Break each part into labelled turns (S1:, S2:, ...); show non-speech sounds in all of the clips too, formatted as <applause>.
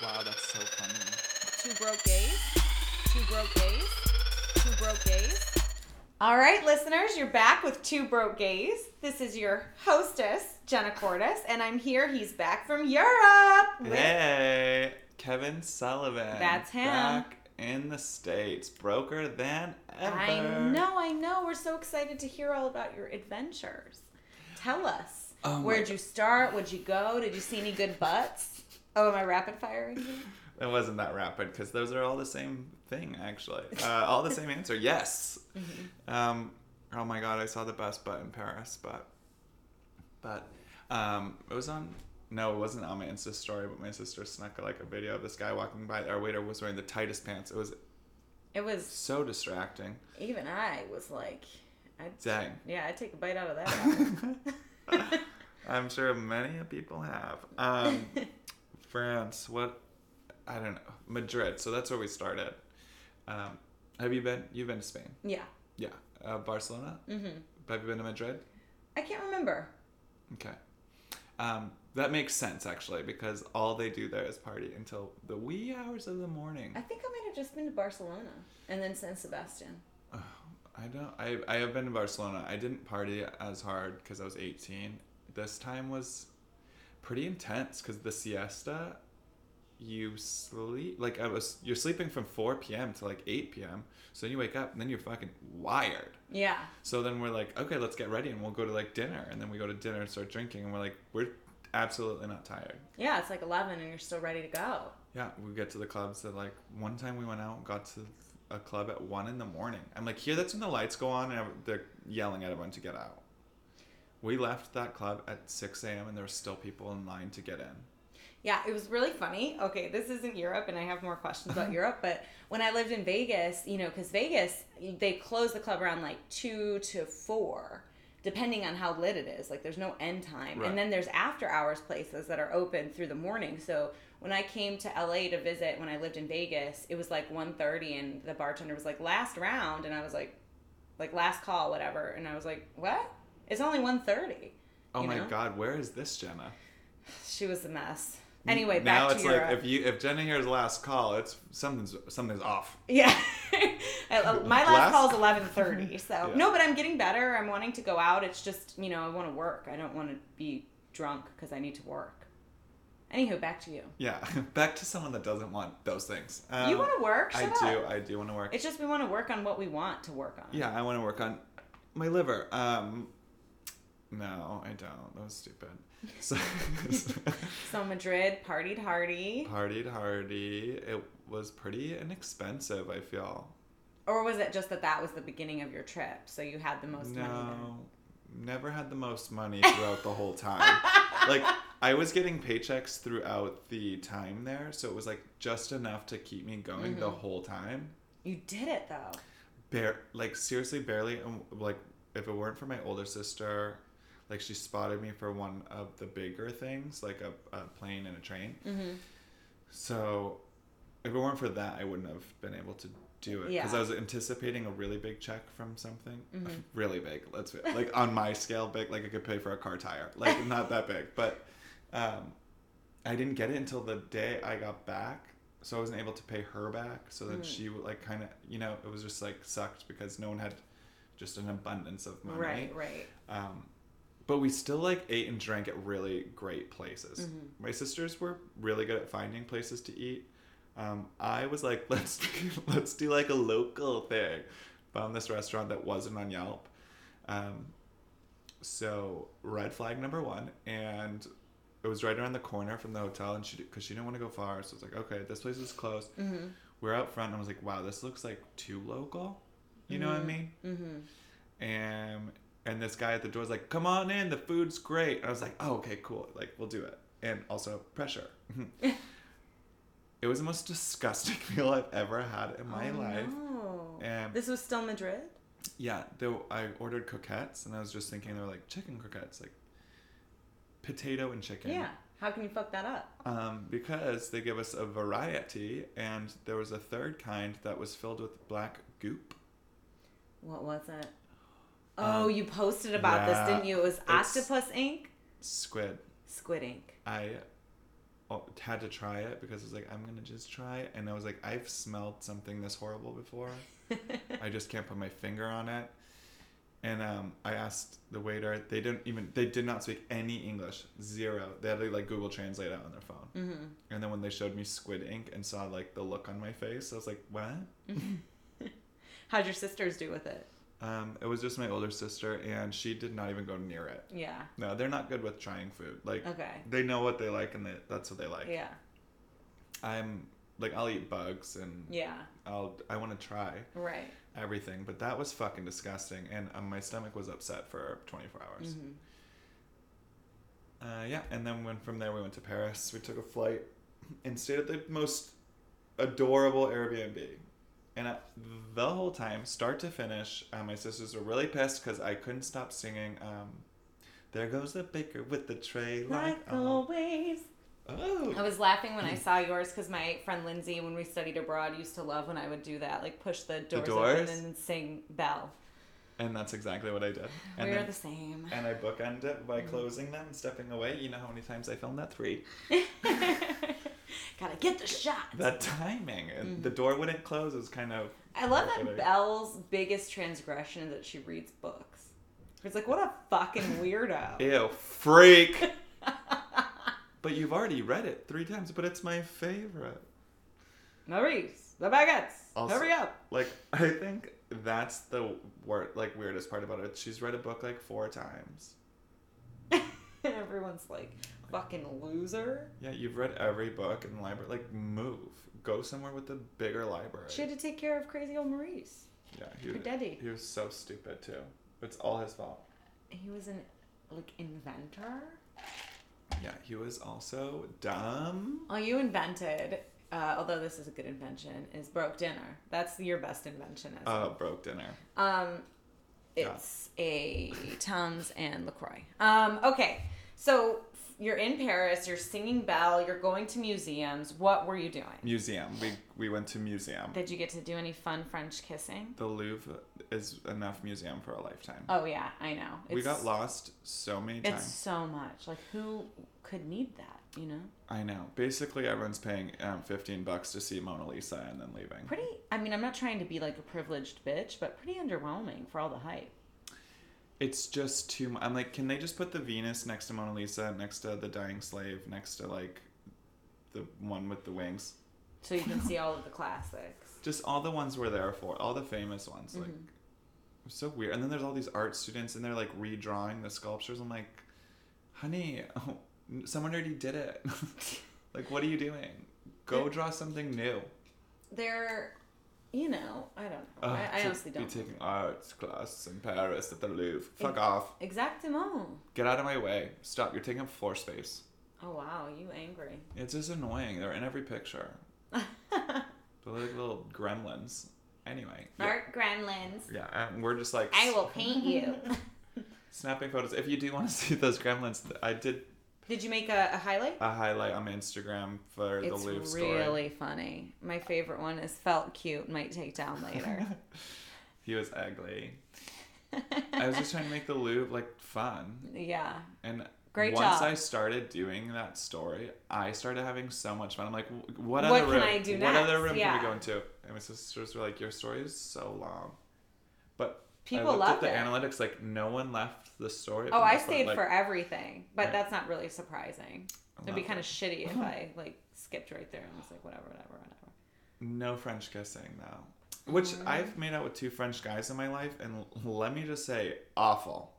S1: Wow, that's so funny.
S2: Two broke gays. Two broke gays. Two broke gays.
S3: All right, listeners, you're back with Two Broke Gays. This is your hostess, Jenna Cordes, and I'm here. He's back from Europe. with-
S1: Hey, Kevin Sullivan.
S3: That's him.
S1: Back in the States. Broker than ever.
S3: I know, I know. We're so excited to hear all about your adventures. Tell us.
S1: Oh my
S3: Where'd you start? Where'd you go? Did you see any good butts? Oh, am I rapid firing you?
S1: It wasn't that rapid because those are all the same thing, actually. Uh, all the
S3: <laughs>
S1: same answer. Yes.
S3: Mm-hmm.
S1: Um, oh my God, I saw the best butt in Paris, but but um, it was on. No, it wasn't on my Insta story, but my sister snuck like a video of this guy walking by. Our waiter was wearing the tightest pants. It was
S3: It was,
S1: so distracting.
S3: even I was like, I'd,
S1: Dang.
S3: yeah, I'd take a bite out of that.
S1: <laughs> I'm sure many people have. Um, France, what? I don't know. Madrid. So that's where we started. Um, have you been? You've been to Spain.
S3: <laughs> yeah.
S1: Yeah. Uh, Barcelona?
S3: Mm-hmm.
S1: Have you been to Madrid?
S3: I can't remember.
S1: Okay. Um, that makes sense, actually, because all they do there is party until the wee hours of the morning.
S3: I think I might have just been to Barcelona and then San Sebastian.
S1: I don't. I, I have been to Barcelona. I didn't party as hard because I was 18. This time was pretty intense because the siesta, you sleep like I was. You're sleeping from 4 p.m. to like 8 p.m. So you wake up and then you're fucking wired.
S3: Yeah.
S1: So then we're like, okay, let's get ready and we'll go to like dinner. And then we go to dinner and start drinking and we're like, we're absolutely not tired.
S3: Yeah, it's like 11 and you're still ready to go.
S1: Yeah, we get to the clubs at like one time we went out and got to a club at one in the morning. I'm like, here, that's when the lights go on and ev- they're yelling at everyone to get out. We left that club at 6 a.m. and there were still people in line to get in.
S3: Yeah, it was really funny. Okay, this isn't Europe, and I have more
S1: <laughs>
S3: questions about Europe. But when I lived in Vegas, you know, because Vegas, they close the club around like two to four, depending on how lit it is. Like, there's no end time.
S1: Right.
S3: And then there's after hours places that are open through the morning. So when I came to LA to visit, when I lived in Vegas, it was like 1.30 and the bartender was like, last round. And I was like, like last call, whatever. And I was like, what? It's only 1.30.
S1: Oh
S3: You
S1: my
S3: know?
S1: God, where is this Jenna?
S3: She was a mess. Anyway, back
S1: now
S3: to uh,
S1: it's
S3: Europe.
S1: like if you if Jenna hears last call, it's something's something's off.
S3: Yeah. <laughs> Uh, My
S1: Last-
S3: last call is eleven thirty. So
S1: <laughs> Yeah.
S3: no, but I'm getting better. I'm wanting to go out. It's just you know I want to work. I don't want to be drunk because I need to work. Anywho, back to you.
S1: Yeah, <laughs> back to someone that doesn't want those things. Um,
S3: you want to work?
S1: I
S3: Shut
S1: do.
S3: up.
S1: I do want to work.
S3: It's just we want to work on what we want to work on.
S1: Yeah, I want to work on my liver. Um, no, I don't. That was stupid. So, <laughs>
S3: So Madrid partied hardy,
S1: partied hardy. It was pretty inexpensive. I feel.
S3: or was it just that that was the beginning of your trip? So you had the most money. Then?
S1: no, never had the most money throughout the whole
S3: <laughs>
S1: time. like I was getting paychecks throughout the time there, so it was like just enough to keep me going
S3: Mm-hmm.
S1: the whole time.
S3: You did it though.
S1: bare like seriously barely um, like if it weren't for my older sister like she spotted me for one of the bigger things like a, a plane and a train
S3: Mhm.
S1: so if it weren't for that i wouldn't have been able to do it because
S3: Yeah.
S1: i was anticipating a really big check from something really big let's be like on my scale big like i could pay for a car tire like not that big but um I didn't get it until the day I got back, so I wasn't able to pay her back. So then she like kind of, you know, it was just like sucked because no one had just an abundance of money.
S3: Right, right.
S1: Um, but we still like ate and drank at really great places. My sisters were really good at finding places to eat. Um, I was like, <laughs> let's let's do like a local thing. Found this restaurant that wasn't on Yelp. Um, so red flag number one, and it was right around the corner from the hotel, and she because she didn't want to go far, so it's like, okay, this place is close. We're out front, and I was like, wow, this looks like too local. You know what I mean?
S3: Mm-hmm.
S1: and and this guy at the door was like, "Come on in, the food's great." And I was like, "Oh, okay, cool. Like, we'll do it." And also pressure. <laughs> it was the most disgusting <laughs> meal I've ever had in my
S3: oh,
S1: life.
S3: no.
S1: And-
S3: this was still Madrid.
S1: Yeah, though I ordered croquettes, and I was just thinking they were like chicken croquettes, like potato and chicken.
S3: Yeah. How can you fuck that up?
S1: Um, because they give us a variety, and there was a third kind that was filled with black goop.
S3: What was it? Oh,
S1: Um,
S3: you posted about
S1: yeah,
S3: this, didn't you? It was
S1: it's-
S3: Octopus Inc.,
S1: Squid.
S3: Squid Inc.
S1: I oh, had to try it because I was like, I'm gonna just try it, and I was like, I've smelled something this horrible before. I just can't put my finger on it. And um, I asked the waiter. They didn't even. They did not speak any English. Zero. They had to like Google Translate it on their phone.
S3: Mhm.
S1: And then when they showed me squid ink and saw like the look on my face, I was like, what?
S3: <laughs> How'd your sisters do with it?
S1: Um, it was just my older sister, and she did not even go near it.
S3: Yeah.
S1: No, they're not good with trying food. Like
S3: Okay.
S1: they know what they like, and they, that's what they like.
S3: Yeah.
S1: I'm like I'll eat bugs, and
S3: Yeah.
S1: I'll I want to try
S3: Right.
S1: everything, but that was fucking disgusting, and um, my stomach was upset for 24 hours.
S3: Mhm.
S1: Uh, yeah, and then when from there we went to Paris. We took a flight and stayed at the most adorable Airbnb. And I, the whole time, start to finish, uh, my sisters were really pissed because I couldn't stop singing. Um, there goes the baker with the tray like
S3: Like
S1: oh, <laughs>
S3: always. I
S1: oh.
S3: was laughing when I saw yours because my friend Lindsay, when we studied abroad, used to love when I would do that, like push the doors,
S1: doors?
S3: open and then sing "Bell."
S1: and that's exactly what I did.
S3: we
S1: And
S3: are
S1: then-
S3: the
S1: <laughs>
S3: same. <laughs>
S1: and I bookend it by closing them and stepping away. You know how many times I filmed that? Three.
S3: Gotta get the shot.
S1: That timing. And the door wouldn't close. It was kind of
S3: I love
S1: Okay.
S3: that Belle's biggest transgression is that she reads books. It's like, what a fucking
S1: <laughs>
S3: weirdo.
S1: Ew, freak. but you've already read it three times, but it's my favorite.
S3: Maurice, the baguettes,
S1: Also-
S3: hurry up. <laughs>
S1: Like, I think that's the wor- like weirdest part about it. She's read a book like four times.
S3: And everyone's like, fucking loser.
S1: Yeah, you've read every book in the library. Like, move. Go somewhere with a bigger library.
S3: She had to take care of crazy old Maurice,
S1: yeah, he
S3: her
S1: was,
S3: daddy.
S1: he was so stupid, too. It's all his fault.
S3: He was an like inventor.
S1: Yeah, he was also dumb.
S3: All you invented, uh, although this is a good invention, is broke dinner. That's your best invention. As
S1: Uh, broke dinner.
S3: Um,
S1: Yeah.
S3: it's a Tums and Lacroix. Um, okay, so f- you're in Paris. You're singing Belle. You're going to museums. What were you doing?
S1: Museum. We, we went to museum.
S3: Did you get to do any fun French kissing?
S1: The Louvre is enough museum for a lifetime.
S3: Oh yeah, I know. It's,
S1: we got lost so many
S3: It's
S1: times.
S3: so much. Like who could need that? You know,
S1: I know. Basically, everyone's paying um, 15 bucks to see Mona Lisa and then leaving.
S3: pretty. I mean, I'm not trying to be like a privileged bitch, but pretty underwhelming for all the hype.
S1: It's just too much. I'm like, can they just put the Venus next to Mona Lisa, next to the dying slave, next to like the one with the wings?
S3: So you can see all of the classics.
S1: <laughs>
S3: Mm-hmm.
S1: Just all the ones we're there for, all the famous ones. Like, it's so weird. And then there's all these art students and they're like redrawing the sculptures. I'm like, honey, <laughs> oh, someone already did it. <laughs> like, what are you doing? Go draw something new.
S3: They're, you know, I don't know.
S1: Ugh,
S3: I, I
S1: to
S3: honestly don't.
S1: Be taking arts class in Paris at the Louvre. Fuck off.
S3: Exactement.
S1: Get out of my way. Stop. You're taking up floor space.
S3: Oh wow, you angry.
S1: It's just annoying. They're in every picture. They're like little gremlins. Anyway. Yeah.
S3: Art gremlins.
S1: Yeah, and we're just like
S3: I will paint you.
S1: snapping photos. If you do want to <laughs> see those gremlins, th- I did
S3: Did you make a, a highlight?
S1: a highlight on my Instagram for the
S3: It's
S1: Louvre
S3: really
S1: story.
S3: funny. My favorite one is felt cute, might take down later.
S1: <laughs> He was ugly. I was just trying to make the Louvre like
S3: <laughs>
S1: fun.
S3: yeah.
S1: And
S3: Great
S1: once
S3: job.
S1: I started doing that story, I started having so much fun. I'm like, "Wh- what,
S3: What
S1: other
S3: can
S1: room?
S3: I do
S1: what
S3: next?"
S1: other room
S3: Yeah.
S1: can we go into? And my sisters were like, your story is so long. But I
S3: People
S1: looked at
S3: loved
S1: the
S3: it.
S1: analytics, like no one left the story.
S3: Oh,
S1: open.
S3: I
S1: That's what,
S3: stayed
S1: like,
S3: for everything, but
S1: Right.
S3: that's not really surprising. It'd be
S1: Lovely.
S3: kind of shitty if I like skipped right there and was like whatever, whatever, whatever.
S1: <laughs> No French kissing though, which
S3: Mm.
S1: I've made out with two French guys in my life, and l- let me just say, awful.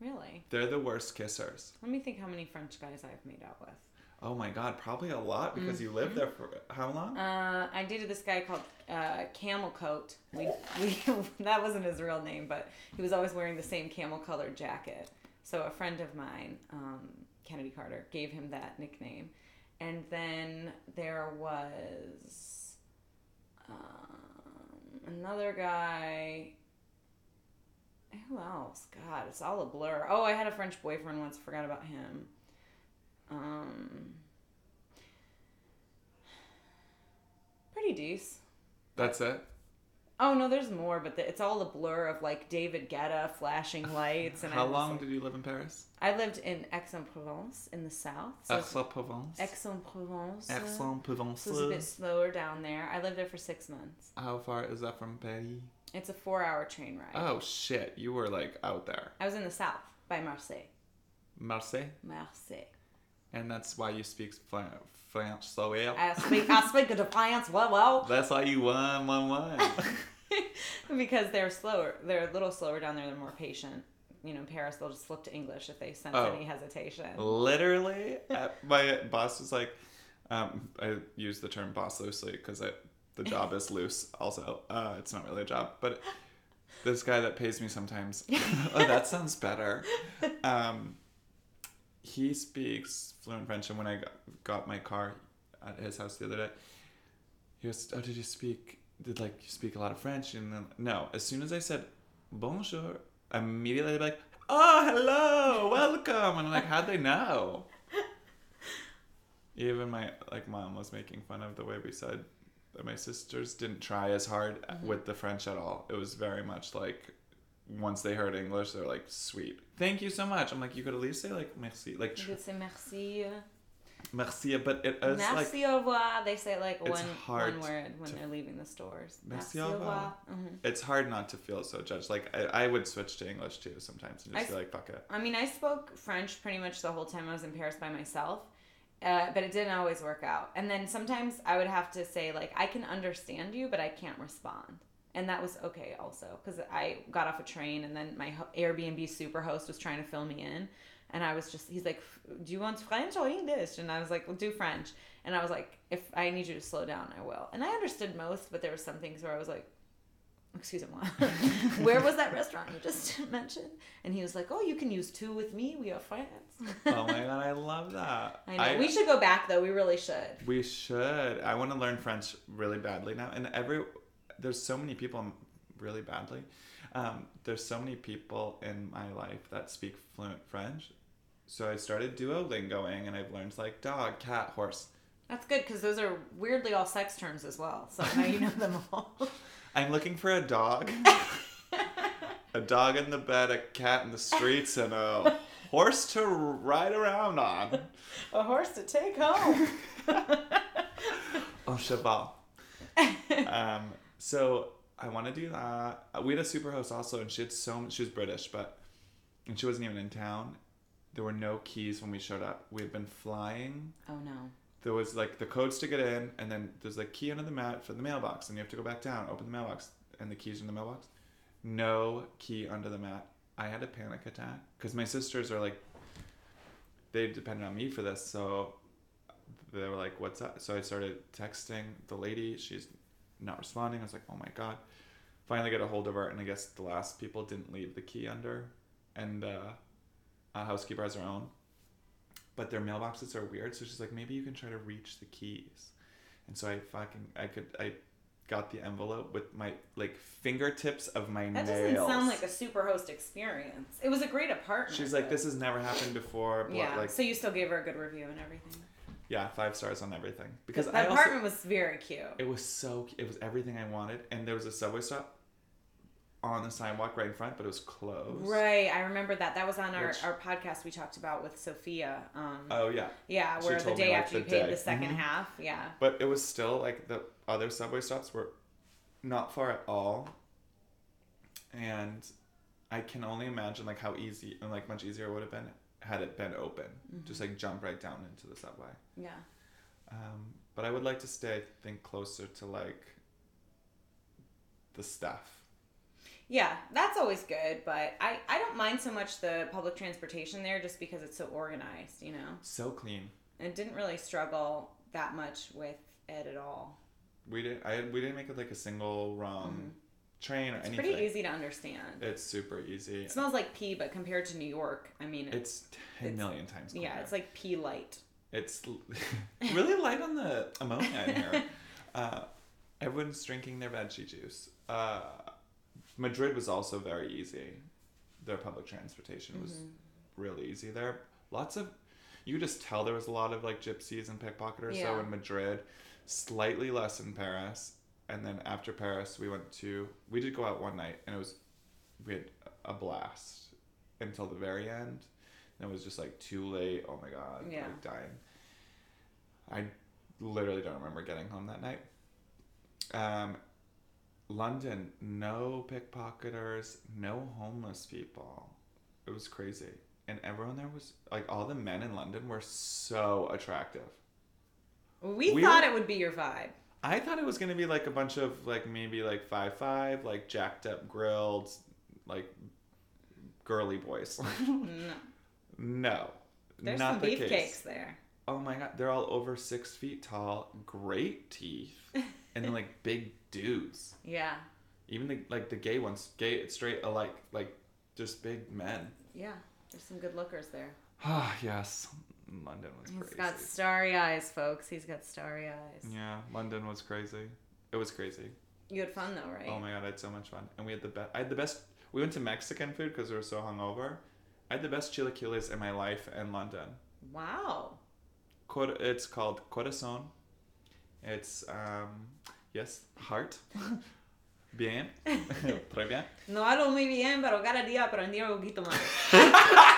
S3: Really?
S1: They're the worst kissers.
S3: Let me think how many French guys I've made out with.
S1: Oh my god, probably a lot because you lived
S3: Mm-hmm.
S1: there for how long?
S3: Uh, I dated this guy called uh, Camel Coat. We, we, <laughs> that wasn't his real name, but he was always wearing the same camel colored jacket. So a friend of mine, um, Kennedy Carter, gave him that nickname. And then there was um, another guy. Who else? God, it's all a blur. Oh, I had a French boyfriend once. Forgot about him. Um, pretty decent.
S1: That's it.
S3: Oh no, there's more, but the, it's all a blur of like David Guetta flashing lights. And
S1: How
S3: I'm
S1: long
S3: Like,
S1: did you live in Paris?
S3: I lived in Aix-en-Provence in the south. So it's-
S1: Aix-en-Provence.
S3: Aix-en-Provence. So it's a bit
S1: Aix-en-Provence.
S3: slower down there. I lived there for six months.
S1: How far is that from Paris?
S3: It's a four-hour train ride.
S1: Oh shit, you were like out there.
S3: I was in the south by Marseille.
S1: Marseille.
S3: Marseille.
S1: And that's why you speak French, French so well.
S3: I speak. I speak the France well, well, <laughs>
S1: That's why you won, won, won.
S3: because they're slower. They're a little slower down there. They're more patient. You know, in Paris, they'll just flip to English if they sense
S1: Oh.
S3: any hesitation.
S1: Literally, uh, my boss was like, um, I use the term boss loosely because the job is loose. Also, uh, it's not really a job, but this guy that pays me sometimes. oh, that sounds better. Um, he speaks fluent French, and when I got- got my car at his house the other day, he was, "Oh, did you speak? Did like you speak a lot of French?" And then no, as soon as I said bonjour, immediately they'd be like, "Oh, hello, welcome," and I'm like, "How'd they know?" Even my like mom was making fun of the way we said. that My sisters didn't try as hard with the French at all. It was very much like once they heard English, they're like, "Sweet, thank you so much." I'm like, "You could at least say like merci, like
S3: You
S1: tr-
S3: could say merci,
S1: merci," but it is like
S3: merci, au revoir. They say like
S1: It's
S3: one
S1: hard
S3: one word when
S1: to-
S3: they're leaving the stores.
S1: Merci, au revoir.
S3: Mhm.
S1: it's hard not to feel so judged. Like I, I would switch to English too sometimes and just
S3: I
S1: be like,
S3: <laughs>
S1: fuck it.
S3: I mean, I spoke French pretty much the whole time I was in Paris by myself, uh, but it didn't always work out. And then sometimes I would have to say, like, I can understand you, but I can't respond. And that was okay also, because I got off a train and then my ho- Airbnb super host was trying to fill me in. And I was just, he's like, Do you want French or English? And I was like, Well, do French. And I was like, If I need you to slow down, I will. And I understood most, but there were some things where I was like, excuse him, what? <laughs> where was that restaurant you just <laughs> mentioned? And he was like, oh, you can use two with me. We are friends.
S1: Oh my god, I love that.
S3: I know. we should go back though. We really should.
S1: we should. I want to learn French really badly now. And every there's so many people I'm- really badly. Um, there's so many people in my life that speak fluent French. So I started Duolingoing and I've learned like dog, cat, horse.
S3: That's good because those are weirdly all sex terms as well. So now you know them all.
S1: I'm looking for a dog. a dog in the bed, a cat in the streets, and a horse to ride around on.
S3: <laughs> A horse to take home.
S1: Oh, cheval. Um, so I want to do that. We had a super host also, and she had so much, she was British, but and she wasn't even in town. There were no keys when we showed up. We had been flying.
S3: <laughs> oh no.
S1: There was like the codes to get in, and then there's like key under the mat for the mailbox, and you have to go back down, open the mailbox, and the keys in the mailbox. No key under the mat. I had a panic attack because my sisters are like, they depended on me for this, so they were like, "What's that?" So I started texting the lady. She's not responding. I was like, "Oh my god!" Finally, got a hold of her, and I guess the last people didn't leave the key under, and uh, a housekeeper has her own but their mailboxes are weird. So she's like, maybe you can try to reach the keys. And so I fucking I could I got the envelope with my like fingertips of my
S3: That doesn't
S1: nails.
S3: sound like a super host experience. It was a great apartment.
S1: she's like, this has never happened before. Blah,
S3: Yeah.
S1: Like,
S3: so you still gave her a good review and everything.
S1: yeah, five stars on everything because
S3: Because
S1: I
S3: that
S1: also
S3: apartment was very cute.
S1: it was so cu- it was everything I wanted, and there was a subway stop on the sidewalk right in front, but it was closed.
S3: Right, I remember that. That was on our,
S1: Which-
S3: our podcast we talked about with Sophia. Um,
S1: Oh yeah,
S3: Yeah,
S1: She
S3: where the
S1: told me,
S3: day
S1: like,
S3: after
S1: the
S3: you paid
S1: day.
S3: the 2nd
S1: Mhm.
S3: half. Yeah.
S1: but it was still like the other subway stops were not far at all and i can only imagine like how easy and like much easier it would have been had it been open
S3: Mm-hmm.
S1: just like jump right down into the subway
S3: Yeah.
S1: um, but i would like to stay i think closer to like the staff
S3: Yeah, that's always good, but I, I don't mind so much the public transportation there just because it's so organized, you know?
S1: so clean
S3: And didn't really struggle that much with it at all.
S1: we didn't i we didn't make it like a single wrong train or
S3: It's
S1: anything
S3: pretty easy to understand.
S1: it's super easy
S3: It smells like pee, but compared to New York, I mean, it's,
S1: it's ten million
S3: it's-
S1: times cleaner.
S3: yeah, it's like pee light.
S1: It's l- <laughs> really light on the ammonia in here. Uh, everyone's drinking their veggie juice. Uh, Madrid was also very easy. Their public transportation was really easy there. Lots of, you could just tell there was a lot of like gypsies and pickpocketers. So
S3: Yeah.
S1: in Madrid, slightly less in Paris. and then after Paris, we went to we did go out one night, and it was we had a blast until the very end. And it was just like too late. Oh my god,
S3: Yeah.
S1: like dying. I literally don't remember getting home that night. Um, London, no pickpocketers, no homeless people. It was crazy. And everyone there was like all the men in London were so attractive.
S3: We,
S1: We
S3: thought
S1: were-
S3: it would be
S1: <laughs>
S3: your vibe.
S1: I thought it was gonna be like a bunch of like maybe like five five, like jacked up grilled, like girly boys. <laughs>
S3: No.
S1: no.
S3: Mm, There's
S1: not
S3: some
S1: the
S3: beefcakes
S1: case.
S3: there.
S1: Oh my god, they're all over six feet tall, great teeth, and then like big dudes.
S3: Yeah.
S1: Even the like the gay ones, gay straight alike, like just big men. <sighs>
S3: Yeah. There's some good lookers there.
S1: Ah yes. London was
S3: He's
S1: crazy.
S3: got starry eyes, folks. He's got starry eyes.
S1: yeah, London was crazy. It was crazy.
S3: You had fun though, right?
S1: Oh my god, I had so much fun, and we had the best. I had the best. We went to Mexican food because we were so hungover. I had the best chilaquiles in my life in London.
S3: Wow.
S1: Cor- it's called corazón. It's um, yes, heart.
S3: <laughs>
S1: bien, très bien.
S3: No hablo muy bien, pero cada día aprendí un poquito más.
S1: <laughs>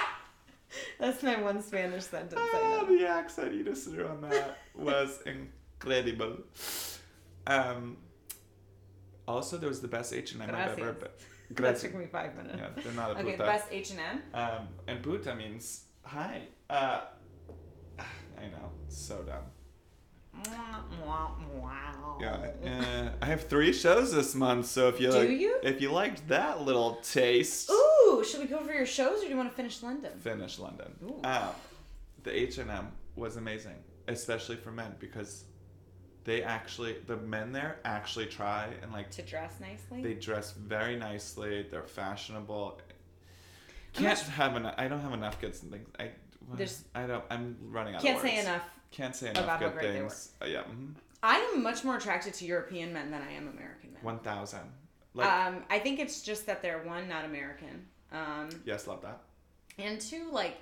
S3: That's my one Spanish sentence
S1: Ah,
S3: I know.
S1: the accent you just threw on that
S3: <laughs>
S1: was incredible. Um, also, there was the best H and M I've ever.
S3: Gracias.
S1: Been.
S3: That
S1: Gracias.
S3: took me five minutes.
S1: Yeah, they're not a
S3: okay,
S1: puta.
S3: best H and M.
S1: Um, and puta means hi. Uh, I know, so dumb. Yeah, uh, I have three shows this month, so if you
S3: Do
S1: like,
S3: you?
S1: if you liked that little taste,
S3: Ooh, should we go for your shows or do you want to finish London?
S1: finish London.
S3: Ooh.
S1: Uh, the H and M was amazing, especially for men because they actually the men there actually try and like
S3: To dress nicely.
S1: they dress very nicely. They're fashionable. Can't have enough. I don't have enough good things. I
S3: There's-
S1: I don't. I'm running out.
S3: Can't
S1: of
S3: say
S1: words.
S3: enough.
S1: Can't say enough
S3: about how
S1: good
S3: great they
S1: things. Uh, yeah, mhm.
S3: I am much more attracted to European men than I am American men.
S1: one thousand. Like
S3: um, I think it's just that they're one not American. Um,
S1: yes, love that.
S3: and two like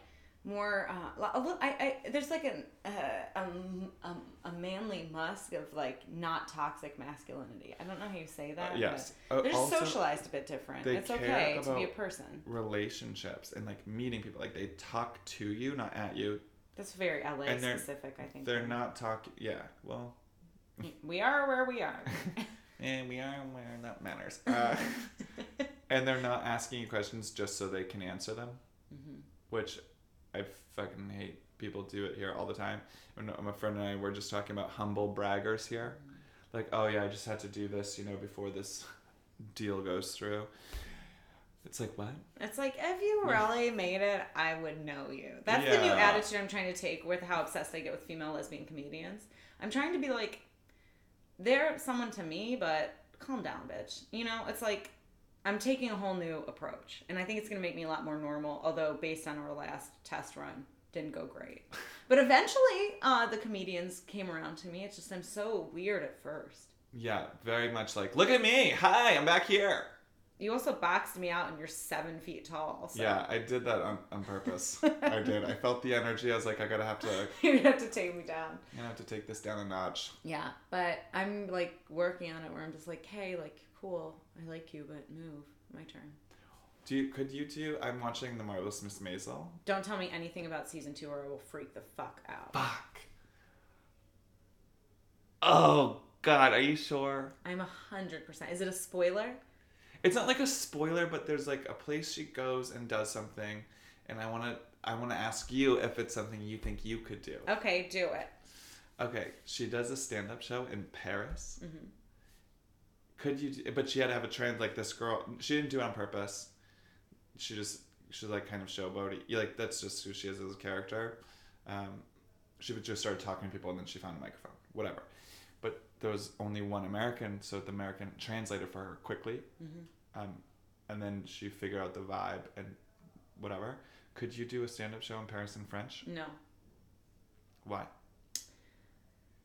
S3: more uh, a little, I, I there's like an uh, um, um, a manly musk of like not toxic masculinity i don't know how you say that
S1: yes.
S3: but
S1: Uh,
S3: they're just
S1: also,
S3: socialized a bit different
S1: they
S3: it's
S1: care
S3: okay to be a
S1: about-
S3: person
S1: Relationships and like meeting people, like they talk to you, not at you.
S3: that's very la
S1: And they're-
S3: specific i think
S1: They're not talking. Yeah, well,
S3: we are where we are
S1: and we are where that
S3: <laughs>
S1: matters. Uh, and they're not asking you questions just so they can answer them, which I fucking hate. People do it here all the time. And my friend and I were just talking about humble braggers here, like, oh yeah, I just had to do this, you know, before this <laughs> deal goes through. It's like what?
S3: it's like if you really made it i would know you that's the new
S1: Yeah.
S3: attitude i'm trying to take with how obsessed i get with female lesbian comedians i'm trying to be like they're someone to me, but calm down, bitch. You know, it's like I'm taking a whole new approach, and I think it's gonna make me a lot more normal. Although, based on our last test run, didn't go
S1: <laughs>
S3: great. But eventually, uh, the comedians came around to me. It's just I'm so weird at first.
S1: Yeah, very much like, look at me. Hi, I'm back here.
S3: You also boxed me out, and you're seven feet tall. So <laughs>
S1: Yeah, I did that on, on purpose. I did. I felt the energy. I was like, I gotta have to, I'm
S3: you're gonna have to take me down.
S1: gonna have to take this down a notch.
S3: Yeah, but I'm like working on it, where I'm just like, hey, like cool, I like you, but move. My turn.
S1: Do you, could you two? I'm watching The Marvelous Miss Maisel.
S3: Don't tell me anything about season two, or I will freak the fuck out.
S1: Fuck. Oh God, are you sure?
S3: I'm a hundred percent. Is it a spoiler?
S1: It's not like a spoiler, but there's like a place she goes and does something, and I wanna, I wanna ask you if it's something you think you could do.
S3: Okay, do it.
S1: Okay, she does a stand-up show in Paris. Could you? do- But she had to have a trans like this girl. She didn't do it on purpose. She just she's like kind of showboaty. You Like that's just who she is as a character. Um, she would just started talking to people and then she found a microphone. Whatever. But there was only one American, so the American translated for her quickly. Um, and then she figured out the vibe and whatever. Could you do a stand-up show in Paris in French?
S3: No.
S1: Why?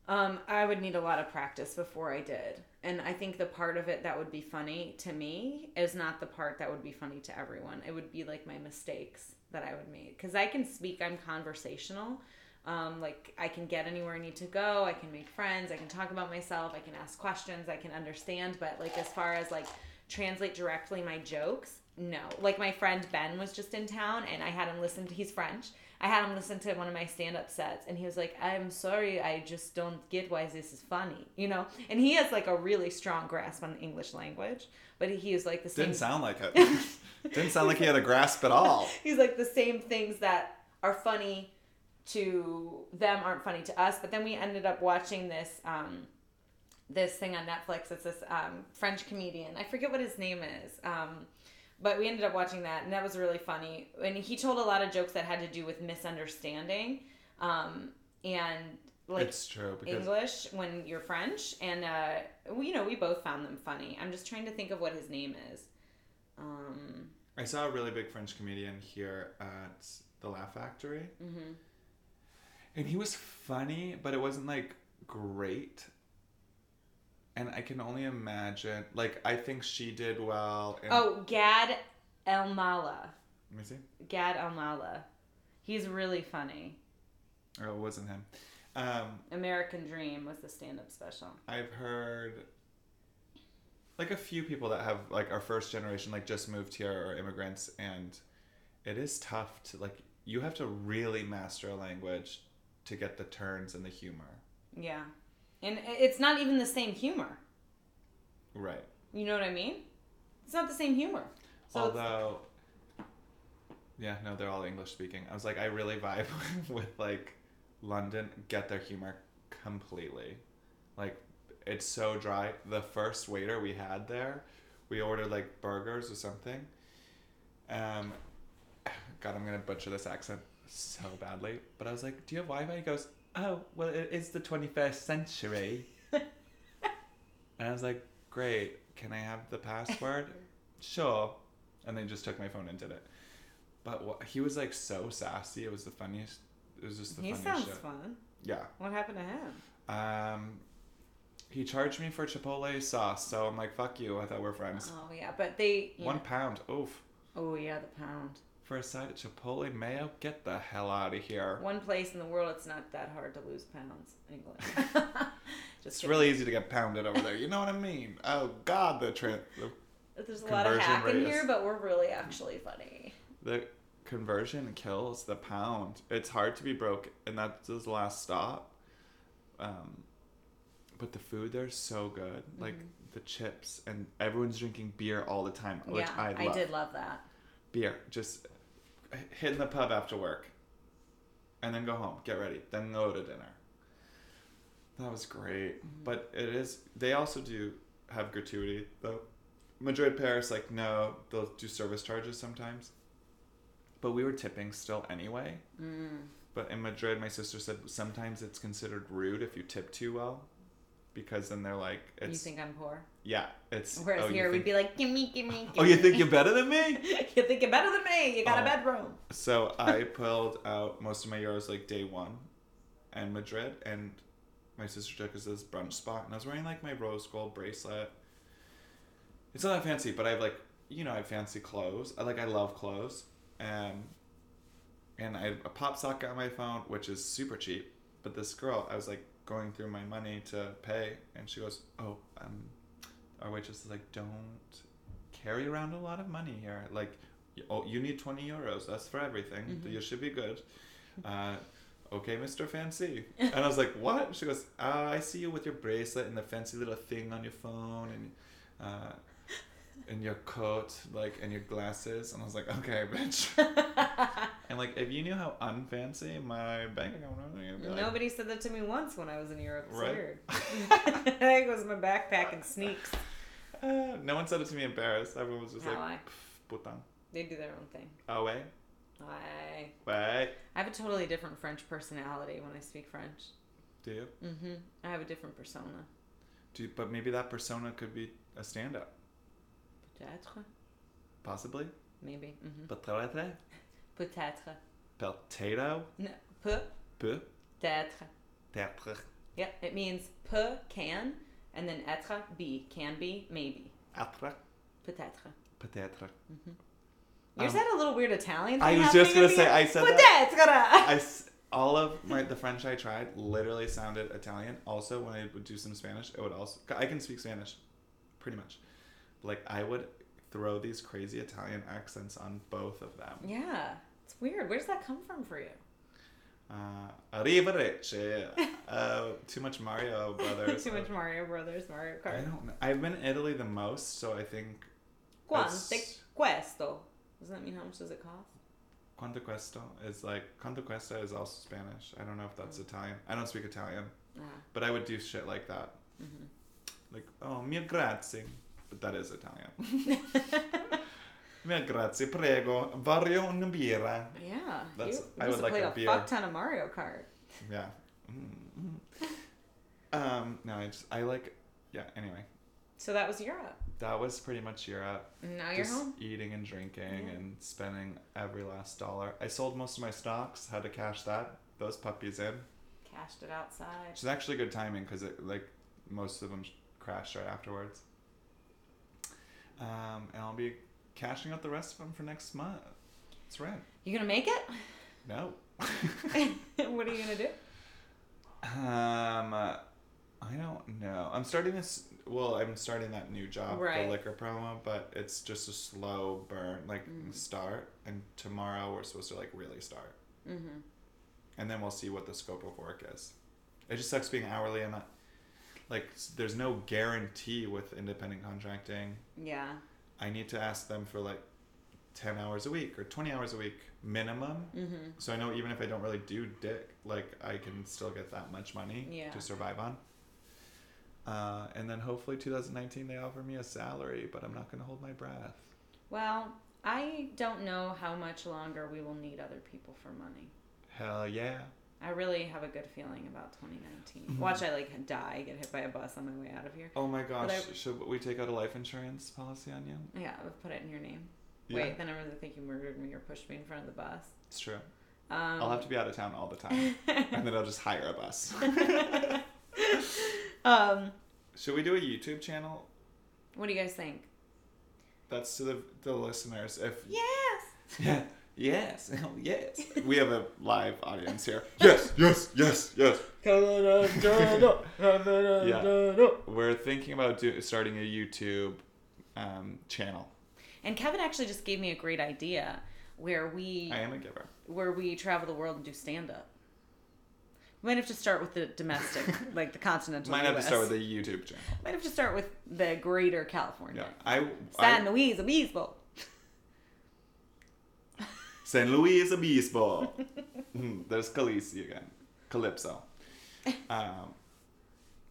S3: Um, I would need a lot of practice before I did. And I think the part of it that would be funny to me is not the part that would be funny to everyone. It would be like my mistakes that I would make. Because I can speak, I'm conversational. Um, like I can get anywhere I need to go. I can make friends. I can talk about myself. I can ask questions. I can understand. But like as far as like translate directly my jokes, no. Like my friend Ben was just in town, and I had him listen. To, he's French. I had him listen to one of my stand up sets, and he was like, "I'm sorry, I just don't get why this is funny," you know. And he has like a really strong grasp on the English language, but he is like the same.
S1: Didn't sound like
S3: <laughs>
S1: it. Didn't sound like he had a grasp at all.
S3: He's like the same things that are funny to them aren't funny to us. But then we ended up watching this um, this thing on Netflix. It's this um, French comedian. I forget what his name is. Um, but we ended up watching that, and that was really funny. And he told a lot of jokes that had to do with misunderstanding, um, and <laughs> like
S1: it's true because
S3: English when you're French. And uh, we, you know, we both found them funny. I'm just trying to think of what his name is. Um,
S1: I saw a really big French comedian here at the Laugh Factory.
S3: Mm-hmm.
S1: And he was funny, but it wasn't like great. And I can only imagine, like, I think she did well. In,
S3: oh, Gad Elmaleh.
S1: Let me see.
S3: Gad Elmaleh. He's really funny.
S1: Or Oh, it wasn't him. Um,
S3: American Dream was the stand-up special.
S1: I've heard like a few people that have like our first generation like just moved here or immigrants and it is tough to like you have to really master a language to get the turns and the humor.
S3: Yeah. And i- it's not even the same humor.
S1: Right.
S3: You know what I mean? It's not the same humor. So it's-
S1: Although Yeah, no, they're all English speaking. I was like I really vibe <laughs> with like London get their humor completely. Like it's so dry. The first waiter we had there, we ordered like burgers or something. Um, God, I'm gonna butcher this accent so badly. But I was like, "Do you have Wi-Fi?" He goes, "Oh, well, it is the 21st
S3: <laughs>
S1: century." and I was like, "Great, can I have the
S3: <laughs>
S1: password?" sure. And they just took my phone and did it. But wha he was like so sassy. It was the funniest. It was just the
S3: he
S1: funniest
S3: sounds
S1: shit.
S3: fun.
S1: Yeah.
S3: What happened to him?
S1: Um, he charged me for Chipotle sauce, so I'm like, "Fuck you!" I thought we are friends.
S3: Oh yeah, but they. yeah.
S1: One pound, oof,
S3: Oh yeah, the pound.
S1: for a side of Chipotle mayo. Get the hell out of here.
S3: One place in the world it's not that hard to lose pounds.
S1: <laughs>
S3: England. <laughs> Just
S1: It's
S3: kidding.
S1: really easy to get pounded over there. You know what I mean? Oh God, the tran the,
S3: There's a lot of
S1: conversion
S3: hack in
S1: rate
S3: here,
S1: is-
S3: but we're really actually funny.
S1: the conversion kills the pound. It's hard to be broke, and that's his last stop. Um, but the food there's so good, like the chips, and everyone's drinking beer all the time, which
S3: yeah,
S1: I love.
S3: did love that.
S1: beer, just hit in the pub after work, and then go home, get ready, then go to dinner. That was great,
S3: Mm-hmm.
S1: but it is. They also do have gratuity though. Madrid, Paris, like no, they'll do service charges sometimes. But we were tipping still anyway.
S3: Mm.
S1: But in Madrid, my sister said sometimes it's considered rude if you tip too well, because then they're like, it's
S3: you think I'm poor?
S1: yeah, it's
S3: Whereas
S1: oh, you
S3: here we'd
S1: think-
S3: be like, gimme, gimme, gimme.
S1: <laughs> oh you
S3: <laughs>
S1: think you're better than me?
S3: you think you're better than me? You got a
S1: Oh.
S3: bedroom. <laughs>
S1: So I pulled out most of my euros like day one in Madrid, and my sister took us to this brunch spot, and I was wearing like my rose gold bracelet. It's not that fancy, but I have like you know I have fancy clothes. I like I love clothes, um, and I have a pop socket on my phone, which is super cheap. But this girl, I was like going through my money to pay, and she goes, "Oh, um, our waitress is like, don't carry around a lot of money here. Like, y- oh, you need 20 euros. That's for everything. You should be good. Uh, okay, Mr. Fancy. And I was like, what? She goes, uh, I see you with your bracelet and the fancy little thing on your phone and, uh, and your coat, like, and your glasses. And I was like, okay, <laughs> bitch. and like, if you knew how unfancy my bank account was, you'd be like,
S3: Nobody said that to me once when I was in Europe. It's
S1: Right. <laughs>
S3: weird. I think <laughs> it was my backpack and sneaks.
S1: uh, <laughs> no one said it to me embarrassed. Everyone was just
S3: How
S1: like,
S3: I-
S1: "Pff, putan.
S3: They do their own thing.
S1: Oh, wait.
S3: I
S1: Wait.
S3: I have a totally different French personality when I speak French.
S1: Do you?
S3: Mm-hmm. I have a different persona.
S1: Do, but maybe that persona could be a stand up.
S3: Peut-être,
S1: Possibly.
S3: maybe. Mm-hmm.
S1: Potato.
S3: Peut-être.
S1: Potato.
S3: No, peut-être.
S1: Potato.
S3: Yep, it means peut can and then être be can be maybe peut-être.
S1: Potato.
S3: Yours
S1: Um,
S3: Mm-hmm. had a little weird Italian. Thing
S1: I was just
S3: happening
S1: gonna
S3: at
S1: say,
S3: the
S1: I
S3: end.
S1: said
S3: But
S1: that. <laughs>
S3: that's gonna-
S1: I, s- all of my the French I tried literally sounded Italian. Also, when I would do some Spanish, it would also I can speak Spanish, pretty much. Like I would throw these crazy Italian accents on both of them.
S3: Yeah. It's weird. Where does that come from for you?
S1: Uh, Arriva
S3: <laughs>
S1: Ricci. Uh, too much Mario Brothers. Uh,
S3: Too much Mario Brothers, Mario
S1: I
S3: Kart.
S1: don't know. I've been in Italy the most, so I think.
S3: Quante
S1: that's-
S3: questo? Does that mean how much does it cost?
S1: Quanto questo is like quanto questa is also Spanish. I don't know if
S3: Mm.
S1: that's Italian. I don't speak Italian,
S3: Ah.
S1: but I would do shit like that.
S3: Mm-hmm.
S1: Like oh mia grazie, but that is
S3: <laughs>
S1: Italian. mia grazie, prego, vario una birra.
S3: yeah.
S1: That's-
S3: you
S1: I
S3: must
S1: would
S3: have
S1: like
S3: played
S1: a
S3: a
S1: beer.
S3: fuck ton of Mario Kart.
S1: Yeah. Mm, mm. um. No, I just I like. Yeah. Anyway,
S3: So that was Europe.
S1: that was pretty much Europe.
S3: And now you're
S1: Just
S3: home.
S1: eating and drinking
S3: Yeah.
S1: and spending every last dollar. I sold most of my stocks. Had to cash that those puppies in.
S3: Cashed it outside.
S1: Which is actually good timing because it like most of them sh- crashed right afterwards. Um, and I'll be cashing out the rest of them for next month. That's right.
S3: You gonna make it? <laughs>
S1: No. <laughs>
S3: what are you gonna do?
S1: um, uh, I don't know. I'm starting this. Well, I'm starting that new job,
S3: Right.
S1: the liquor promo, but it's just a slow burn, like start. And tomorrow we're supposed to like really start,
S3: Mm-hmm.
S1: and then we'll see what the scope of work is. It just sucks being hourly and not like s- there's no guarantee with independent contracting.
S3: Yeah.
S1: I need to ask them for like 10 hours a week or 20 hours a week minimum.
S3: Mm-hmm.
S1: So I know even if I don't really do dick, like I can still get that much money
S3: Yeah.
S1: to survive on. Uh, and then hopefully 2019 they offer me a salary, but I'm not going to hold my breath.
S3: Well, I don't know how much longer we will need other people for money.
S1: Hell yeah.
S3: I really have a good feeling about
S1: Mm-hmm.
S3: 2019. Watch I like die, get hit by a bus on my way out of here.
S1: Oh my gosh.
S3: I-
S1: Should we take out a life insurance policy on you?
S3: Yeah, I would put it in your name.
S1: Yeah,
S3: Wait, then I'm gonna think you murdered me or pushed me in front of the bus.
S1: It's true.
S3: Um,
S1: I'll have to be out of town all the time. and then I'll just hire a bus.
S3: <laughs>
S1: <laughs>
S3: um,
S1: Should we do a YouTube channel?
S3: what do you guys think?
S1: That's to the, the listeners. If
S3: Yes.
S1: Yeah. Yes. <laughs> Hell yes. We have a live audience here. <laughs> Yes. Yes. Yes. Yes. Yeah. We're thinking about do- starting a YouTube um, channel.
S3: And Kevin actually just gave me a great idea where we
S1: I am a giver.
S3: where we travel the world and do stand up. We might have to start with the
S1: <laughs>
S3: domestic, like the continental.
S1: Might have to
S3: US.
S1: start with a YouTube channel.
S3: Might have to start with the greater California.
S1: Yeah. I.
S3: San
S1: I
S3: Luis Obispo.
S1: San Luis Obispo. Mm, There's Khaleesi again. Calypso. Um,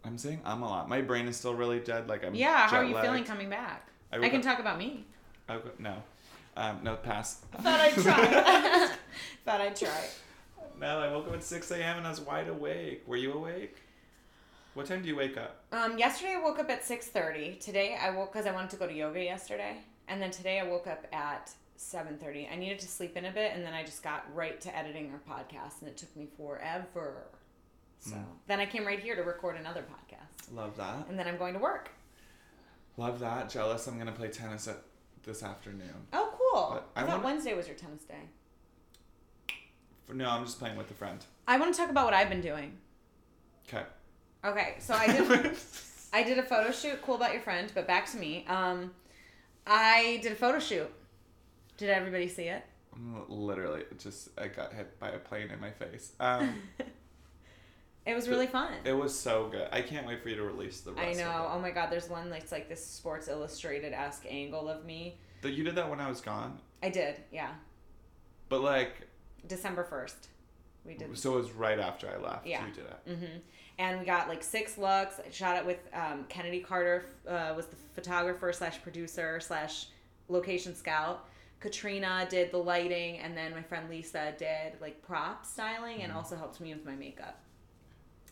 S1: I'm saying I'm a lot. My brain is still really dead. Like I'm.
S3: Yeah, how are you
S1: jet-lagged.
S3: feeling coming back?
S1: I
S3: I,
S1: would-
S3: can talk about me.
S1: I, no. Um, no pass.
S3: <laughs> Thought I'd <laughs> try. Thought I'd try.
S1: <laughs> No, I woke up at 6 a.m. and I was wide awake. Were you awake? What time do you wake up?
S3: Um, yesterday I woke up at six thirty. Today I woke because I wanted to go to yoga yesterday, and then today I woke up at seven thirty. I needed to sleep in a bit, and then I just got right to editing our podcast, and it took me forever. So
S1: Hmm.
S3: then I came right here to record another podcast,
S1: Love that.
S3: and then I'm going to work.
S1: Love that. Jealous. I'm going to play tennis at, this afternoon.
S3: Oh, cool!
S1: But I
S3: I, thought
S1: wanna-
S3: Wednesday was your tennis day.
S1: For, no, I'm just playing with a friend.
S3: I want to talk about what I've been doing.
S1: Okay.
S3: Okay,
S1: <laughs>
S3: so I did. I did a photo shoot. Cool about your friend, but back to me. Um, I did a photo shoot. Did everybody see it?
S1: Literally, just I got hit by a plane in my face. Um,
S3: It was really fun.
S1: it was so good. I can't wait for you to release the
S3: I
S1: rest.
S3: know.
S1: Of
S3: Oh my god, there's one that's like this Sports Illustrated esque angle of me.
S1: it. But You did that when I was gone,
S3: I did, yeah.
S1: but like,
S3: December first, we did.
S1: so it was right after I left.
S3: Yeah.
S1: You did it.
S3: hmm And we got like six looks. I shot it with um, Kennedy Carter, uh, was the photographer slash producer slash location scout. Katrina did the lighting, and then my friend Lisa did like prop styling and also helped me with my makeup.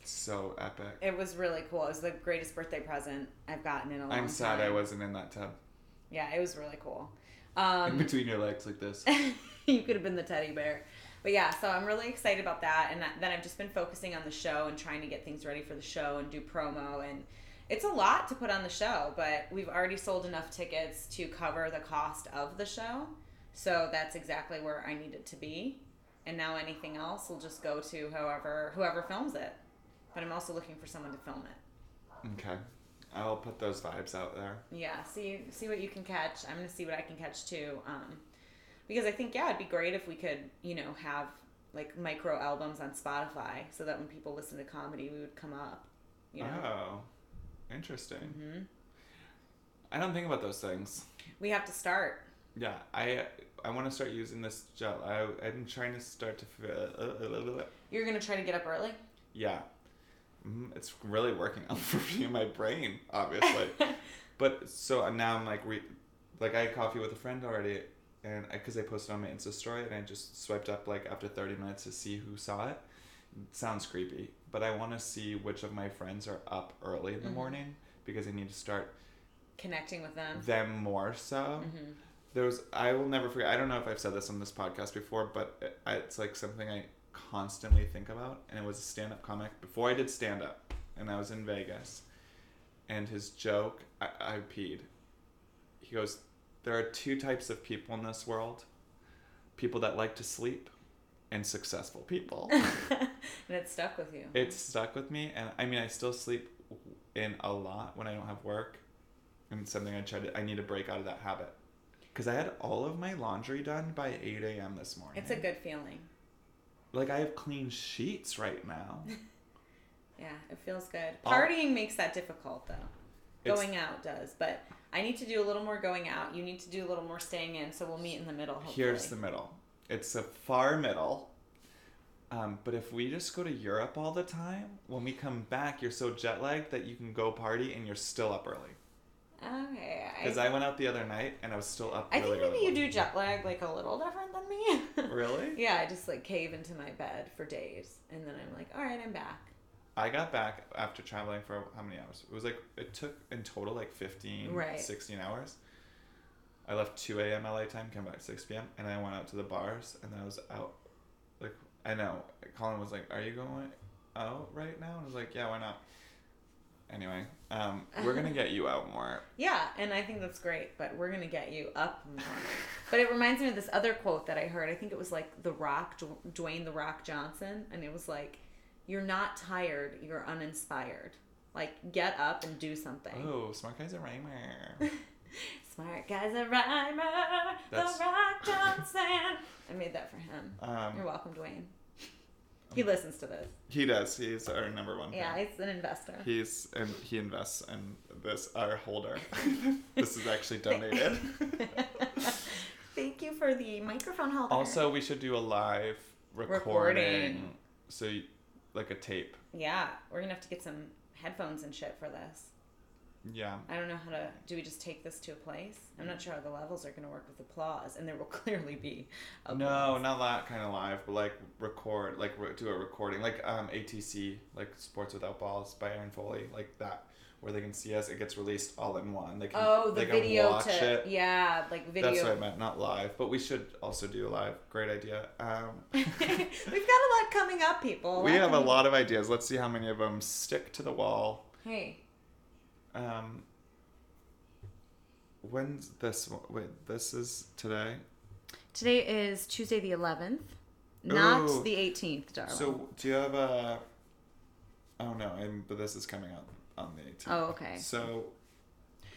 S1: So epic.
S3: It was really cool. It was the greatest birthday present I've gotten in a long time.
S1: I'm sad I wasn't in that tub.
S3: Yeah, it was really cool.
S1: in <laughs>
S3: Um, <laughs>
S1: between your legs like this.
S3: you could have been the teddy bear. But yeah, so I'm really excited about that. And that, then I've just been focusing on the show and trying to get things ready for the show and do promo. And it's a lot to put on the show, but we've already sold enough tickets to cover the cost of the show. So that's exactly where I needed to be. and now anything else will just go to however whoever films it. But I'm also looking for someone to film it.
S1: Okay. I'll put those vibes out there.
S3: Yeah, see see what you can catch. I'm gonna see what I can catch too. Um, because I think yeah, it'd be great if we could you know have like micro albums on Spotify so that when people listen to comedy, we would come up. You know,
S1: Ah. Oh, interesting.
S3: Mhm.
S1: I don't think about those things.
S3: we have to start.
S1: Yeah, I I want to start using this gel. I I'm trying to start to. fi- Uh, uh, uh, uh, uh,
S3: You're gonna try to get up early.
S1: yeah, mm, it's really working out <laughs> for me in my brain, obviously. but so uh, now I'm like re, like I had coffee with a friend already, and because I, posted on my Insta story, and I just swiped up like after thirty minutes to see who saw it. It sounds creepy, but I want to see which of my friends are up early in the
S3: Mhm.
S1: morning because I need to start
S3: <laughs> Connecting with them.
S1: them more so.
S3: Mhm.
S1: There was I will never forget. I don't know if I've said this on this podcast before, but it, it's like something I constantly think about. And it was a stand up comic before I did stand up, and I was in Vegas, and his joke I, I peed. He goes, "There are two types of people in this world: people that like to sleep, and successful people."
S3: and it stuck with you.
S1: it stuck with me and i mean i still sleep in a lot when i don't have work and it's something i try to i need to break out of that habit because i had all of my laundry done by 8 a.m this morning
S3: It's a good feeling.
S1: like i have clean sheets right now
S3: Yeah, it feels good.
S1: Oh.
S3: Partying makes that difficult though.
S1: It's-
S3: <laughs> going out does, but I need to do a little more going out. You need to do a little more staying in, so we'll meet in the middle. Hopefully.
S1: here's the middle it's a far middle um, but if we just go to europe all the time when we come back you're so jet lagged that you can go party and you're still up early
S3: okay.
S1: because
S3: I,
S1: I, went out the other night and i was still up
S3: I
S1: really
S3: think maybe
S1: early.
S3: you do jet lag like a little different than me. <laughs>
S1: really
S3: yeah, I just like cave into my bed for days, and then I'm like, all right, I'm back.
S1: I got back after traveling for how many hours? It was like, it took in total like 15,
S3: Right.
S1: 16 hours. I left 2 a.m. LA time, came back 6 p.m., and I went out to the bars, and I was out. Like, I know. Colin was like, Are you going out right now? And I was like, Yeah, why not? Anyway, um, we're going to get you out
S3: <laughs>
S1: more.
S3: Yeah, and I think that's great, but we're gonna get you up more.
S1: <laughs>
S3: but it reminds me of this other quote that I heard. I think it was like The Rock, Dw- Dwayne The Rock Johnson, and it was like, "You're not tired, you're uninspired. Like get up and do something."
S1: Oh, smart guy's a
S3: <laughs>
S1: rhymer.
S3: Smart guy's a rhymer,
S1: That's- <laughs>
S3: The Rock Johnson. I made that for him. You're
S1: Um,
S3: welcome, Dwayne. He listens to this.
S1: he does. He's our number one. fan.
S3: Yeah, he's an investor.
S1: He's and he invests in this our
S3: <laughs>
S1: holder. <laughs> <laughs> this is actually donated.
S3: Thank you for the microphone holder.
S1: also, we should do a live recording.
S3: Recording.
S1: So, you- like a tape.
S3: Yeah, we're gonna have to get some headphones and shit for this.
S1: Yeah.
S3: I don't know how to. Do we just take this to a place? I'm not sure how the levels are gonna work with applause, and there will <laughs> clearly be.
S1: No,
S3: applause.
S1: not that kind of live, but like record, like re- do a recording, like um ATC, like Sports Without Balls by Aaron Foley, like that, where they can see us. It gets released all in one. They can,
S3: Oh, the
S1: they can
S3: video
S1: watch
S3: to
S1: it.
S3: yeah, like video.
S1: That's what I meant, not live. But we should also do live. Great idea. Um,
S3: <laughs> We've got a lot coming up, people.
S1: we have a
S3: coming-
S1: lot of ideas. Let's see how many of them stick to the wall.
S3: Hey,
S1: Um, when's this? one? Wait, this is today.
S3: today is Tuesday the 11th, not
S1: Ooh.
S3: the 18th, darling.
S1: Oh. So do you have a? Oh no, I'm, but this is coming out on the 18th.
S3: oh, okay.
S1: So,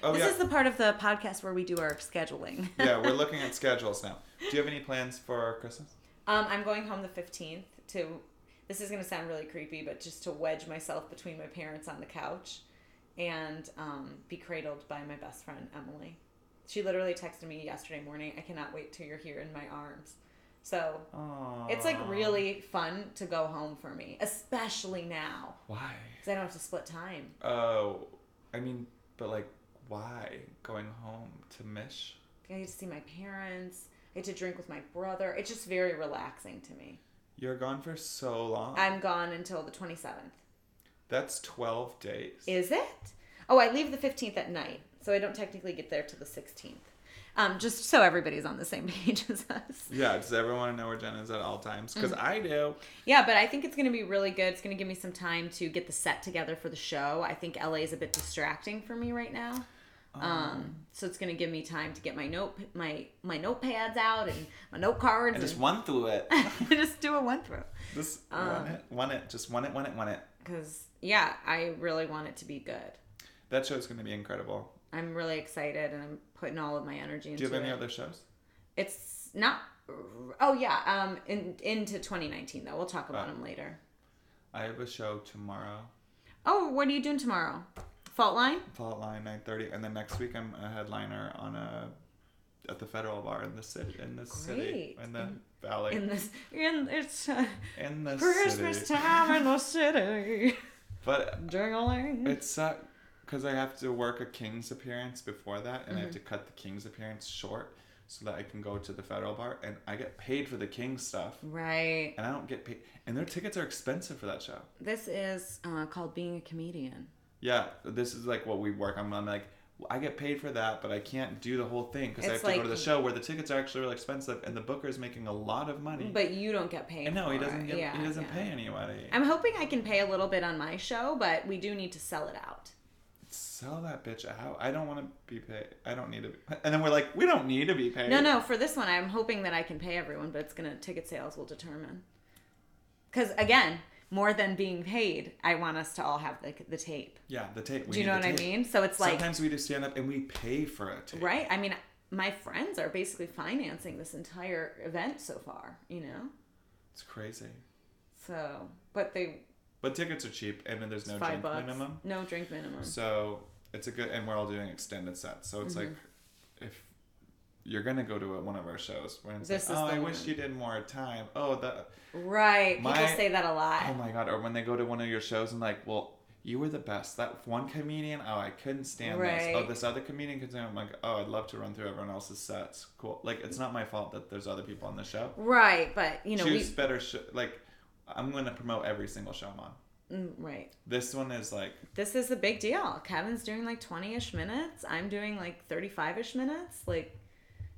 S1: oh
S3: this
S1: yeah,
S3: is <laughs> the part of the podcast where we do our scheduling.
S1: <laughs> yeah. We're looking at schedules now. Do you have any plans for Christmas?
S3: <laughs> Um, I'm going home the 15th to. This is going to sound really creepy, but just to wedge myself between my parents on the couch and um, be cradled by my best friend, Emily. She literally texted me yesterday morning, I cannot wait till you're here in my arms. So
S1: Oh,
S3: it's like really fun to go home for me, especially now
S1: Why?
S3: because I don't have to split time.
S1: Oh, I mean, but like, why going home to Mish?
S3: I get to see my parents, I get to drink with my brother. It's just very relaxing to me.
S1: You're gone for so long.
S3: I'm gone until the 27th.
S1: That's twelve days.
S3: Is it? Oh, I leave the 15th at night, so I don't technically get there till the 16th. Um, just so everybody's on the same <laughs> page as us.
S1: Yeah, does everyone know where Jen is at all times? Because
S3: Mm-hmm.
S1: I do.
S3: Yeah, but I think it's going to be really good. It's going to give me some time to get the set together for the show. I think LA is a bit distracting for me right now. Um, so it's gonna give me time to get my note my my notepads out and my note cards
S1: I just
S3: and
S1: won through <laughs> it.
S3: <laughs> just do a one through.
S1: <laughs> Just won it, won it, just won it, won it, won it.
S3: Cause yeah, I really want it to be good.
S1: That show's going to be incredible.
S3: I'm really excited and I'm putting all of my energy into
S1: Do you have any
S3: it.
S1: other shows?
S3: It's not. Oh yeah. Um. In, into 2019 though. We'll talk
S1: Uh.
S3: about them later.
S1: I have a show tomorrow,
S3: Oh, what are you doing tomorrow? Fault line.
S1: Fault Line 9:30, and then next week I'm a headliner on a at the Federal Bar in the city, in the city,
S3: Great.
S1: in the valley,
S3: In
S1: in,
S3: this. In it's uh,
S1: the
S3: Christmas
S1: city.
S3: time in
S1: <laughs>
S3: the city.
S1: But
S3: Jingling.
S1: it sucked because I have to work a King's appearance before that, and I have to cut the King's appearance short so that I can go to the Federal Bar, and I get paid for the King stuff,
S3: Right.
S1: and I don't get paid, and their tickets are expensive for that show.
S3: This is uh, called being a comedian.
S1: Yeah, this is like what we work on. I'm like, I get paid for that, but I can't do the whole thing because I have
S3: It's
S1: to go
S3: like-
S1: to the show where the tickets are actually really expensive and the booker is making a lot of money.
S3: But you don't get paid.
S1: and no, he
S3: for
S1: doesn't.
S3: it.
S1: Get,
S3: Yeah,
S1: he doesn't
S3: yeah.
S1: pay anybody.
S3: I'm hoping I can pay a little bit on my show, but we do need to sell it out.
S1: Sell that bitch out. I don't want to be paid. I don't need to. Be, <laughs> and then we're like, we don't need to be paid.
S3: No, no, for this one, I'm hoping that I can pay everyone, but it's gonna ticket sales will determine. Because again, more than being paid, I want us to all have the, the tape.
S1: Yeah, the tape. We
S3: Do you
S1: need
S3: know
S1: the
S3: what I
S1: tape.
S3: mean? So it's like,
S1: Sometimes we do stand up and we pay for a tape.
S3: right? I mean, my friends are basically financing this entire event so far, you know.
S1: It's crazy.
S3: So, but they
S1: But tickets are cheap, and then there's no
S3: five
S1: drink
S3: bucks,
S1: minimum.
S3: no drink minimum.
S1: So it's a good, and we're all doing extended sets. So
S3: Mm-hmm.
S1: it's like, if you're gonna go to a, one of our shows, when it's
S3: This
S1: like,
S3: is
S1: oh,
S3: the
S1: I wish
S3: one."
S1: you did more time. Oh, that.
S3: Right? People
S1: My-
S3: say that a lot.
S1: Oh my god! Or when they go to one of your shows and like, well, you were the best. That one comedian. Oh, I couldn't stand this.
S3: Right.
S1: Oh, this other comedian could stand. I'm like, oh, I'd love to run through everyone else's sets. Cool. Like, it's not my fault that there's other people on the show.
S3: Right, but you know,
S1: Choose
S3: we,
S1: better. Sh- like, I'm gonna promote every single show I'm on.
S3: mm, right.
S1: This one is like,
S3: this is a big deal. Kevin's doing like 20 ish minutes. I'm doing like 35 ish minutes. Like,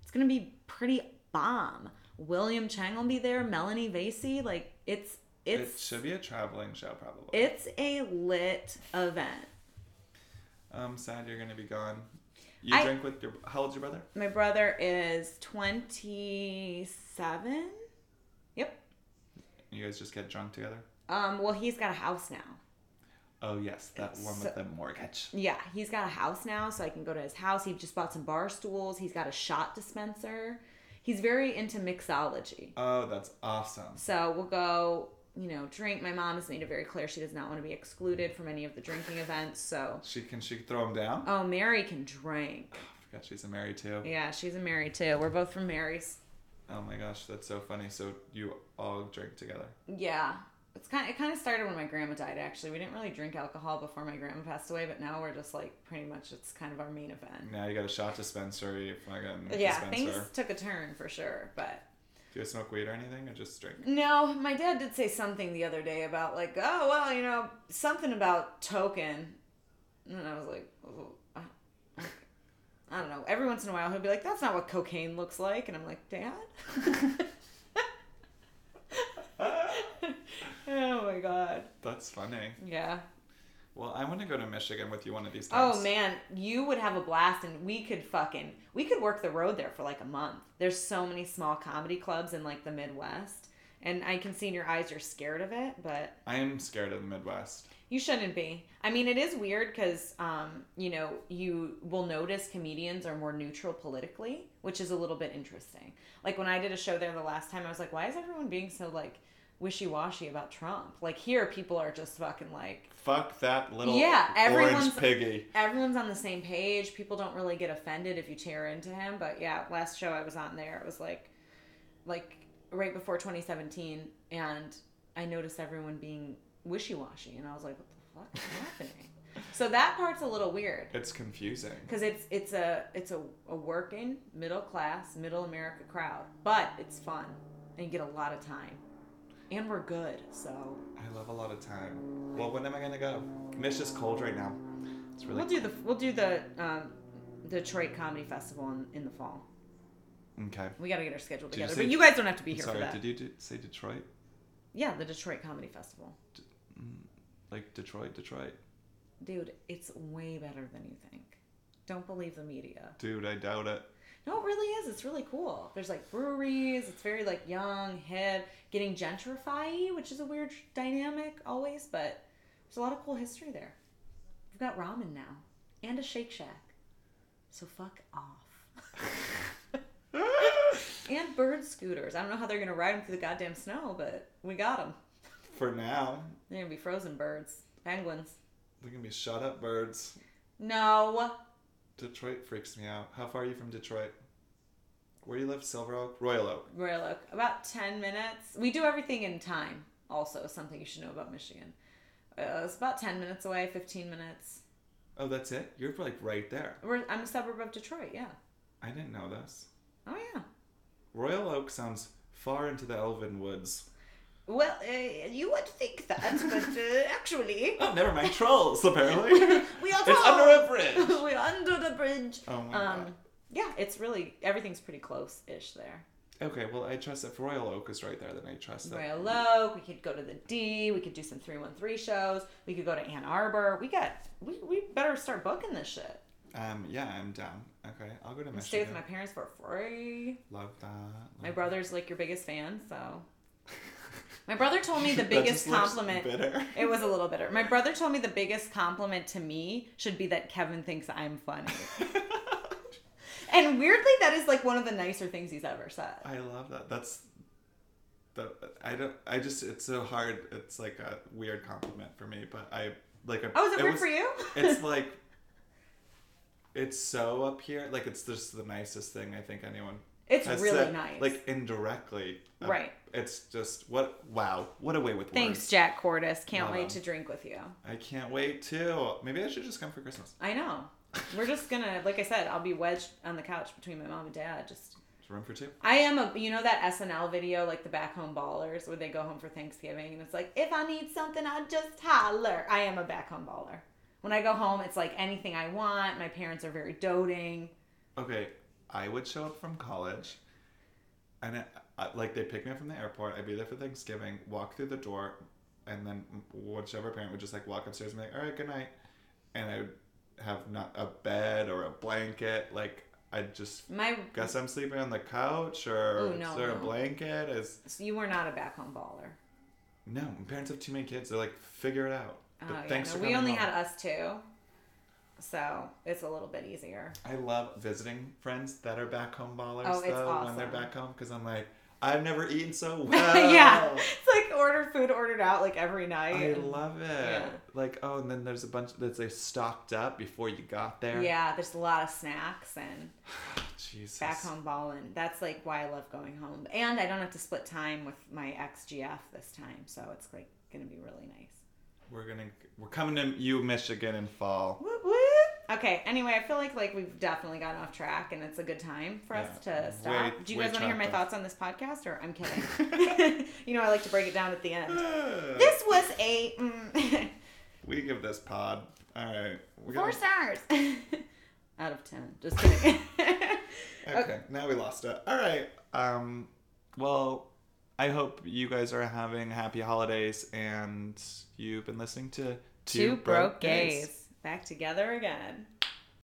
S3: it's going to be pretty bomb. William Chang will be there, Melanie Vasey. Like, it's,
S1: it
S3: it's,
S1: should be a traveling show probably.
S3: it's a lit event.
S1: I'm Um, sad you're gonna be gone. You
S3: I-
S1: drank with your. How old's your brother?
S3: My brother is 27. Yep.
S1: You guys just get drunk together.
S3: Um, well, he's got a house now.
S1: Oh yes, that one
S3: So-
S1: with the mortgage.
S3: Yeah, he's got a house now, so I can go to his house. He just bought some bar stools. He's got a shot dispenser. He's very into mixology.
S1: Oh, that's awesome.
S3: So we'll go, you know, drink. My mom has made it very clear she does not want to be excluded from any of the drinking events. So,
S1: She can she throw him down?
S3: oh, Mary can drink.
S1: I forgot she's a Mary too.
S3: Yeah, she's a Mary too. We're both from Mary's.
S1: Oh my gosh, that's so funny. So you all drink together.
S3: Yeah. It's kind it kind of started when my grandma died actually. We didn't really drink alcohol before my grandma passed away, but now we're just like pretty much it's kind of our main event.
S1: Now you got a shot dispensary, fucking
S3: Yeah,
S1: dispenser.
S3: things took a turn for sure, but
S1: Do you smoke weed or anything, or just
S3: <laughs>
S1: drink?
S3: No, my dad did say something the other day about like, oh well, you know, something about token, and I was like, oh, I, I don't know. Every once in a while, he'll be like, that's not what cocaine looks like, and I'm like, Dad. oh my god.
S1: That's funny.
S3: Yeah.
S1: Well, I want to go to Michigan with you one of these times.
S3: Oh man, you would have a blast, and we could fucking we could work the road there for like a month. There's so many small comedy clubs in like the Midwest, and I can see in your eyes you're scared of it, but.
S1: I am scared of the Midwest.
S3: You shouldn't be. I mean, it is weird because, um, you know, you will notice comedians are more neutral politically, which is a little bit interesting. Like when I did a show there the last time, I was like, why is everyone being so like wishy washy about Trump? Like here, people are just fucking like
S1: Fuck that little
S3: Yeah, everyone's-
S1: orange piggy.
S3: everyone's on the same page. People don't really get offended if you tear into him. But yeah, last show I was on there, it was like, like right before 2017, and I noticed everyone being wishy washy, and I was like, what the fuck is happening? So that part's a little weird
S1: It's confusing.
S3: because it's it's a it's a, a working middle class middle America crowd, but it's fun and you get a lot of time, and we're good. So
S1: I love a lot of time. Well, when am I gonna go? And it's just cold right now. It's really.
S3: we'll do the we'll do the um, Detroit Comedy Festival in, in the fall.
S1: Okay.
S3: We got to get our schedule
S1: Did you
S3: together.
S1: say-
S3: but you guys don't have to be here
S1: Sorry,
S3: for that.
S1: did you do, say Detroit?
S3: Yeah, the Detroit Comedy Festival.
S1: Like Detroit, Detroit.
S3: Dude, it's way better than you think. Don't believe the media.
S1: Dude, I doubt it.
S3: No, it really is. It's really cool. There's like breweries. It's very like young, hip, getting gentrified, which is a weird dynamic always, but there's a lot of cool history there. We've got ramen now and a Shake Shack. So fuck
S1: <laughs>
S3: off. <laughs> and bird scooters. I don't know how they're going to ride them through the goddamn snow, but we got them.
S1: For now,
S3: They're going to be frozen birds, penguins.
S1: they're gonna be shut up birds.
S3: No.
S1: Detroit freaks me out. How far are you from Detroit? Where do you live? Silver Oak? Royal Oak.
S3: Royal Oak. About 10 minutes. We do everything in time, also, is something you should know about Michigan. Uh, it's about 10 minutes away, 15 minutes.
S1: Oh, that's it? You're like right there.
S3: We're, I'm a suburb of Detroit, yeah.
S1: I didn't know this.
S3: Oh, yeah.
S1: Royal Oak sounds far into the elven woods.
S3: Well, uh, you would think that, but uh, <laughs> actually,
S1: Oh, never
S3: <laughs>
S1: mind. Trolls, apparently.
S3: we are
S1: it's
S3: tall.
S1: under a
S3: <laughs>
S1: bridge.
S3: We're under the bridge.
S1: Oh my
S3: Um,
S1: God.
S3: yeah, it's really, everything's pretty close ish there.
S1: Okay, well, I trust if Royal Oak is right there, then I trust that.
S3: Royal Oak, we could go to the D, we could do some 313 shows, we could go to Ann Arbor. We got, we, we better start booking this shit.
S1: Um, yeah, I'm down. Okay, I'll go to Michigan.
S3: Stay with my parents for free.
S1: Love that. Love
S3: My brother's like your biggest fan,
S1: <laughs>
S3: so. My brother told me the biggest compliment. <laughs>
S1: Bitter. <laughs>
S3: It was a little bitter. My brother told me the biggest compliment to me should be that Kevin thinks I'm funny. and weirdly, that is like one of the nicer things he's ever said.
S1: I love that. That's that. I don't. I just. It's so hard. It's like a weird compliment for me, but I like. A,
S3: Oh, is it, weird
S1: was-
S3: for you?
S1: It's like. It's so up here. Like it's just the nicest thing I think anyone.
S3: <laughs> It's
S1: has
S3: really
S1: said,
S3: nice.
S1: Like indirectly. Uh,
S3: Right.
S1: It's just what. Wow. What a way with
S3: Thanks,
S1: words.
S3: Jack Cordis. Can't
S1: Love him.
S3: wait to drink with you.
S1: I can't wait too. Maybe I should just come for Christmas.
S3: I know. We're just gonna, like I said, I'll be wedged on the couch between my mom and dad. Just,
S1: There's room for two.
S3: I am a, you know that SNL video, like the back home ballers, where they go home for Thanksgiving and it's like, if I need something, I just holler. I am a back home baller. When I go home, it's like anything I want. My parents are very doting.
S1: Okay, I would show up from college, and it, I, like they pick me up from the airport. I'd be there for Thanksgiving. Walk through the door, and then whichever parent would just like walk upstairs and be like, "All right, good night," and I would have not a bed or a blanket. Like I just
S3: My,
S1: guess I'm sleeping on the couch or
S3: Ooh, no,
S1: is there a
S3: no.
S1: blanket? Is
S3: you were not a back home baller.
S1: no my parents have too many kids. They're like, figure it out.
S3: Oh
S1: But
S3: yeah,
S1: thanks
S3: no,
S1: for
S3: we
S1: coming
S3: only
S1: home.
S3: had us two, so it's a little bit easier. <laughs>
S1: I love visiting friends that are back home ballers
S3: Oh, it's
S1: though when they're
S3: awesome.
S1: back home because I'm like I've never eaten
S3: <laughs>
S1: so well.
S3: yeah, it's like order food ordered out like every night.
S1: Oh. I
S3: and-
S1: love it.
S3: Yeah.
S1: Like oh, and then there's a bunch that's like stocked up before you got there.
S3: Yeah, there's a lot of snacks and
S1: Jesus.
S3: back home balling. That's like why I love going home. And I don't have to split time with my ex GF this time, so it's like gonna be really nice.
S1: We're gonna we're coming to you, Michigan, in fall.
S3: Whoop whoop. Okay. Anyway, I feel like like we've definitely gotten off track, and it's a good time for us
S1: Yeah,
S3: to stop.
S1: way-
S3: Do you
S1: way
S3: guys want to hear my
S1: trapped
S3: thoughts on this podcast, or I'm kidding?
S1: <laughs>
S3: <laughs> you know, I like to break it down at the end.
S1: Ah,
S3: This was a mm, <laughs>
S1: we give this pod. All right. We're gonna,
S3: four stars <laughs> out of ten. Just kidding. <laughs>
S1: okay, Now we lost it. All right. Um. Well. I hope you guys are having happy holidays and you've been listening to
S3: Two broke gays back together again.